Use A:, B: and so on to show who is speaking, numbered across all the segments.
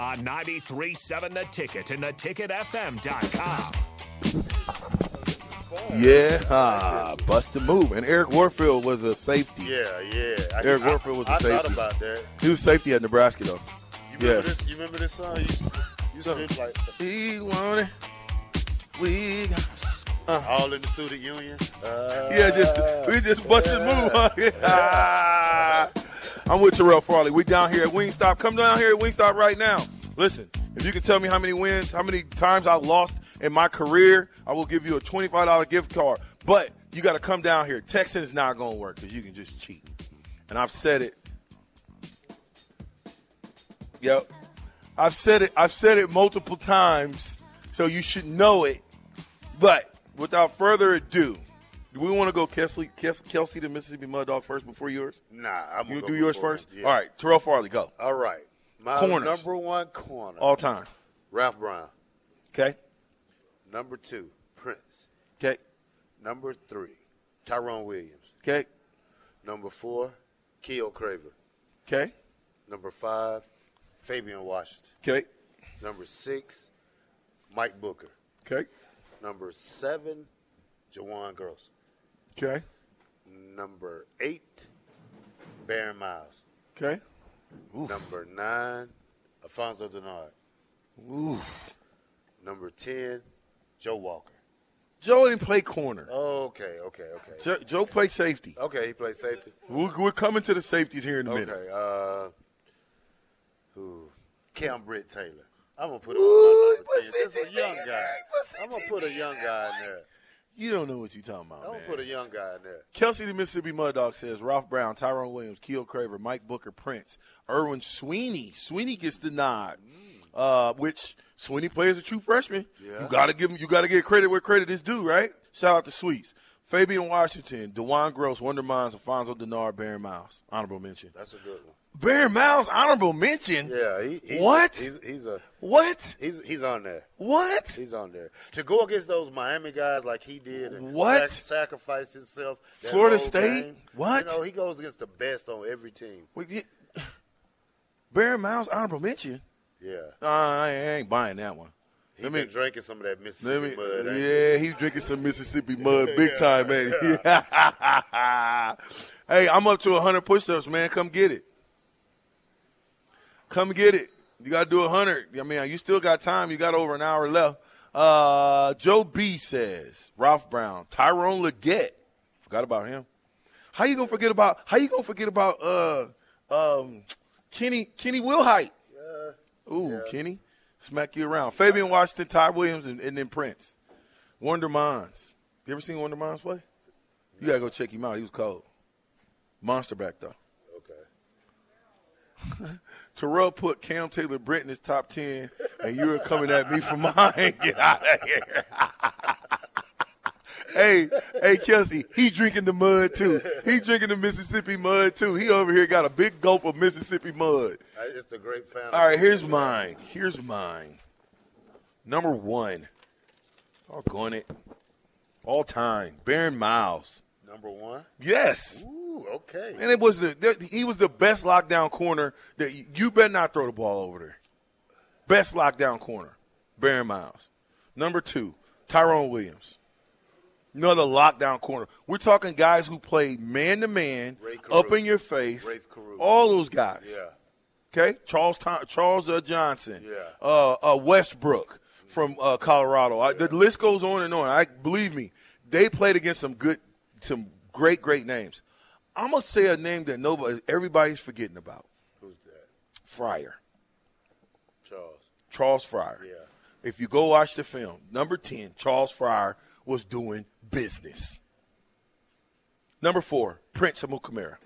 A: on 937 The Ticket and theticketfm.com.
B: Yeah, ah, bust a move. And Eric Warfield was a safety.
C: Yeah, yeah. I,
B: Eric
C: I-
B: Warfield was a
C: I
B: safety.
C: thought about that.
B: He was safety at Nebraska though.
C: You
B: Yeah.
C: remember this? You remember this song? You, you slipped like
B: He won it. We got-
C: all in the student union. Uh,
B: Yeah, just we just busted move. Huh? Ah. I'm with Terrell Farley. We down here at Wingstop. Come down here at Wingstop right now. Listen, if you can tell me how many wins, how many times I lost in my career, I will give you a $25 gift card. But you got to come down here. Texting is not going to work because you can just cheat. And I've said it. Yep. I've said it. I've said it multiple times, so you should know it. But without further ado, do we want to go Kelsey, Kes- Kelsey to Mississippi Mud Dog first before yours?
C: Nah, I'm gonna
B: You
C: go
B: do yours
C: before
B: first.
C: him. Yeah.
B: All right, Terrell Farley, go
C: All right. My
B: Corners.
C: number one corner,
B: all time.
C: Ralph Brown.
B: Okay,
C: Number two, Prince.
B: okay,
C: Number three, Tyrone Williams.
B: okay,
C: Number four, Keo Craver.
B: okay,
C: Number five, Fabian Washington.
B: okay,
C: Number six, Mike Booker.
B: okay,
C: Number seven, Jawan Gross.
B: okay,
C: Number eight, Baron Miles.
B: okay.
C: Number nine, Alfonso Denard.
B: Oof.
C: Number ten, Joe Walker.
B: Joe didn't play corner.
C: Okay, okay, okay.
B: Joe, Joe played safety.
C: Okay, he plays safety.
B: We're, we're coming to the safeties here in a minute.
C: Okay, uh, who? Cam Britt Taylor. I'm gonna put him on my number
B: what's
C: 10.
B: he
C: This is a
B: doing
C: young guy.
B: there? What's he
C: I'm gonna put a
B: doing
C: young
B: there,
C: guy in there.
B: You don't know what you're talking about,
C: I'm gonna
B: man.
C: put a young guy in there.
B: Kelsey the Mississippi Mud Dog says Ralph Brown, Tyrone Williams, Keel Craver, Mike Booker, Prince, Irwin Sweeney. Sweeney gets the nod, uh, which Sweeney plays a true freshman. You gotta give him. You gotta get credit where credit is due, right? Shout out to Sweets, Fabian Washington, Dewan Gross, Wonder Mines, Alfonso Denard, Barry Miles. Honorable mention.
C: That's a good one.
B: Barry Miles, honorable mention.
C: Yeah, he, he's,
B: What?
C: He's, he's a
B: What?
C: he's he's on there.
B: What?
C: He's on there to go against those Miami guys like he did. And
B: What?
C: sac- sacrifice himself? that
B: Florida
C: whole
B: State?
C: game.
B: What?
C: You know he goes against the best on every team.
B: We get- Barry Miles, honorable mention.
C: Yeah,
B: Uh, I ain't buying that one.
C: he been drinking some of that
B: Let
C: Mississippi
B: me,
C: mud. ain't he?
B: yeah, he's drinking some Mississippi mud big time, man. hey, I'm up to 100 push-ups, man. Come get it. Come get it. You got to do 100. I mean, you still got time. You got over an hour left. Uh, Joe B says, Ralph Brown, Tyrone Leggett. Forgot about him. How you gonna forget about? How you gonna forget about? Uh, um, Kenny Kenny Wilhite. Ooh, Kenny, smack you around. Fabian Washington, Ty Williams, and, and then Prince. Wonder Mines. You ever seen Wonder Mines play? You gotta go check him out. He was cold. Monster back though.
C: Okay.
B: Terrell put Cam Taylor Britt in his top ten, and you were coming at me for mine. Get out of here. hey, hey, Kelsey, he drinking the mud too. He drinking the Mississippi mud too. He over here got a big gulp of Mississippi mud.
C: I- Uh, It's the great family.
B: All right, here's mine. Here's mine. Number one. I'll go on it. All time. Baron Miles.
C: Number one.
B: Yes.
C: Ooh, okay.
B: And it was the that- he was the best lockdown corner that you, you better not throw the ball over there. Best lockdown corner, Baron Miles. Number two, Tyrone Williams. Another lockdown corner. We're talking guys who played man to man,
C: Ray Carew.
B: up in your face.
C: Ray Carew.
B: All those guys.
C: Yeah.
B: Okay, Charles Tom, Charles uh, Johnson,
C: Yeah.
B: uh, uh, Westbrook from uh, Colorado. I, The list goes on and on. I believe me, they played against some good, some great, great names. I'm gonna say a name that nobody, everybody's forgetting about:
C: Who's that?
B: Fryer,
C: Charles.
B: Charles Fryer.
C: Yeah.
B: If you go watch the film, number ten, Charles Fryer was doing business. Number four, Prince Amukamara.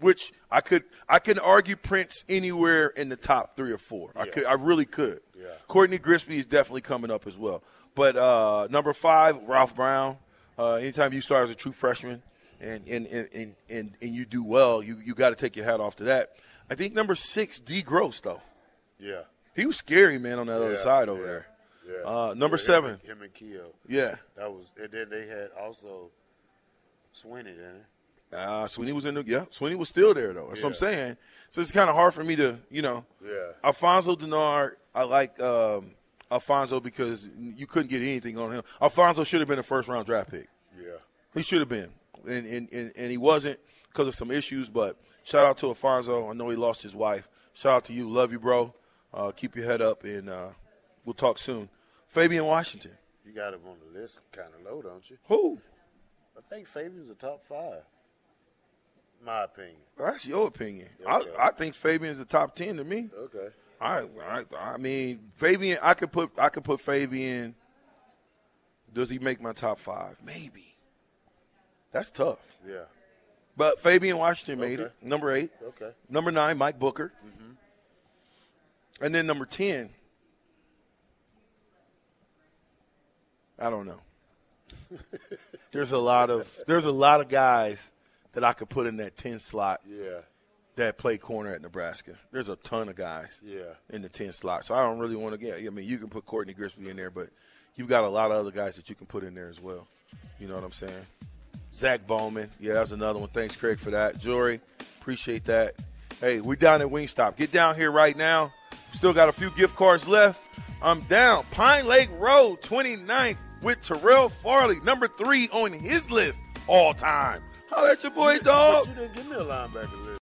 B: which I could I can argue Prince anywhere in the top three or four. I could I really could.
C: Yeah.
B: Courtney Grisby is definitely coming up as well. But uh, number five, Ralph Brown. Uh, anytime you start as a true freshman and and and and, and, and you do well, you you got to take your hat off to that. I think number six, D. Gross though.
C: Yeah.
B: He was scary, man, on the other
C: Yeah,
B: side over
C: yeah,
B: there.
C: Yeah.
B: Uh, number
C: Yeah,
B: seven.
C: Him, and- him and Keo.
B: Yeah.
C: That was, and then they had also Sweeney, didn't it?
B: Uh, Sweeney was in the yeah. Sweeney was still there though. That's what I'm
C: Yeah.
B: saying. So it's kind of hard for me to you know.
C: Yeah.
B: Alfonso Denard, I like um, Alfonso because you couldn't get anything on him. Alfonso should have been a first round draft pick.
C: Yeah.
B: He should have been, and and, and, and he wasn't because of some issues. But shout out to Alfonso. I know he lost his wife. Shout out to you. Love you, bro. Uh, keep your head up, and uh, we'll talk soon. Fabian Washington.
C: You got him on the list kind of low, don't you?
B: Who?
C: I think Fabian's a top five. My opinion.
B: That's your opinion.
C: Okay.
B: I, I think Fabian's the top ten to me.
C: Okay.
B: I, I I mean Fabian. I could put I could put Fabian. Does he make my top five? Maybe. That's tough.
C: Yeah.
B: But Fabian Washington made
C: Okay.
B: it number eight.
C: Okay.
B: Number nine, Mike Booker. And then number ten. I don't know. there's a lot of there's a lot of guys that I could put in that ten slot
C: Yeah.
B: that play corner at Nebraska. There's a ton of guys.
C: Yeah.
B: In the ten slot, so I don't really want to get. I mean, you can put Courtney Grisby in there, but you've got a lot of other guys that you can put in there as well. You know what I'm saying? Zach Bowman, yeah, that's another one. Thanks, Craig, for that. Jory, appreciate that. Hey, we're down at Wingstop. Get down here right now. Still got a few gift cards left. I'm down Pine Lake Road, 29th, with Terrell Farley, number three on his list all time. Holla at your boy, dog.
C: But you didn't give me a linebacker list.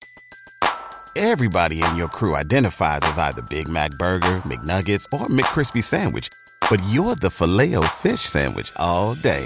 D: Everybody in your crew identifies as either Big Mac Burger, McNuggets, or McCrispy Sandwich. But you're the filet fish Sandwich all day.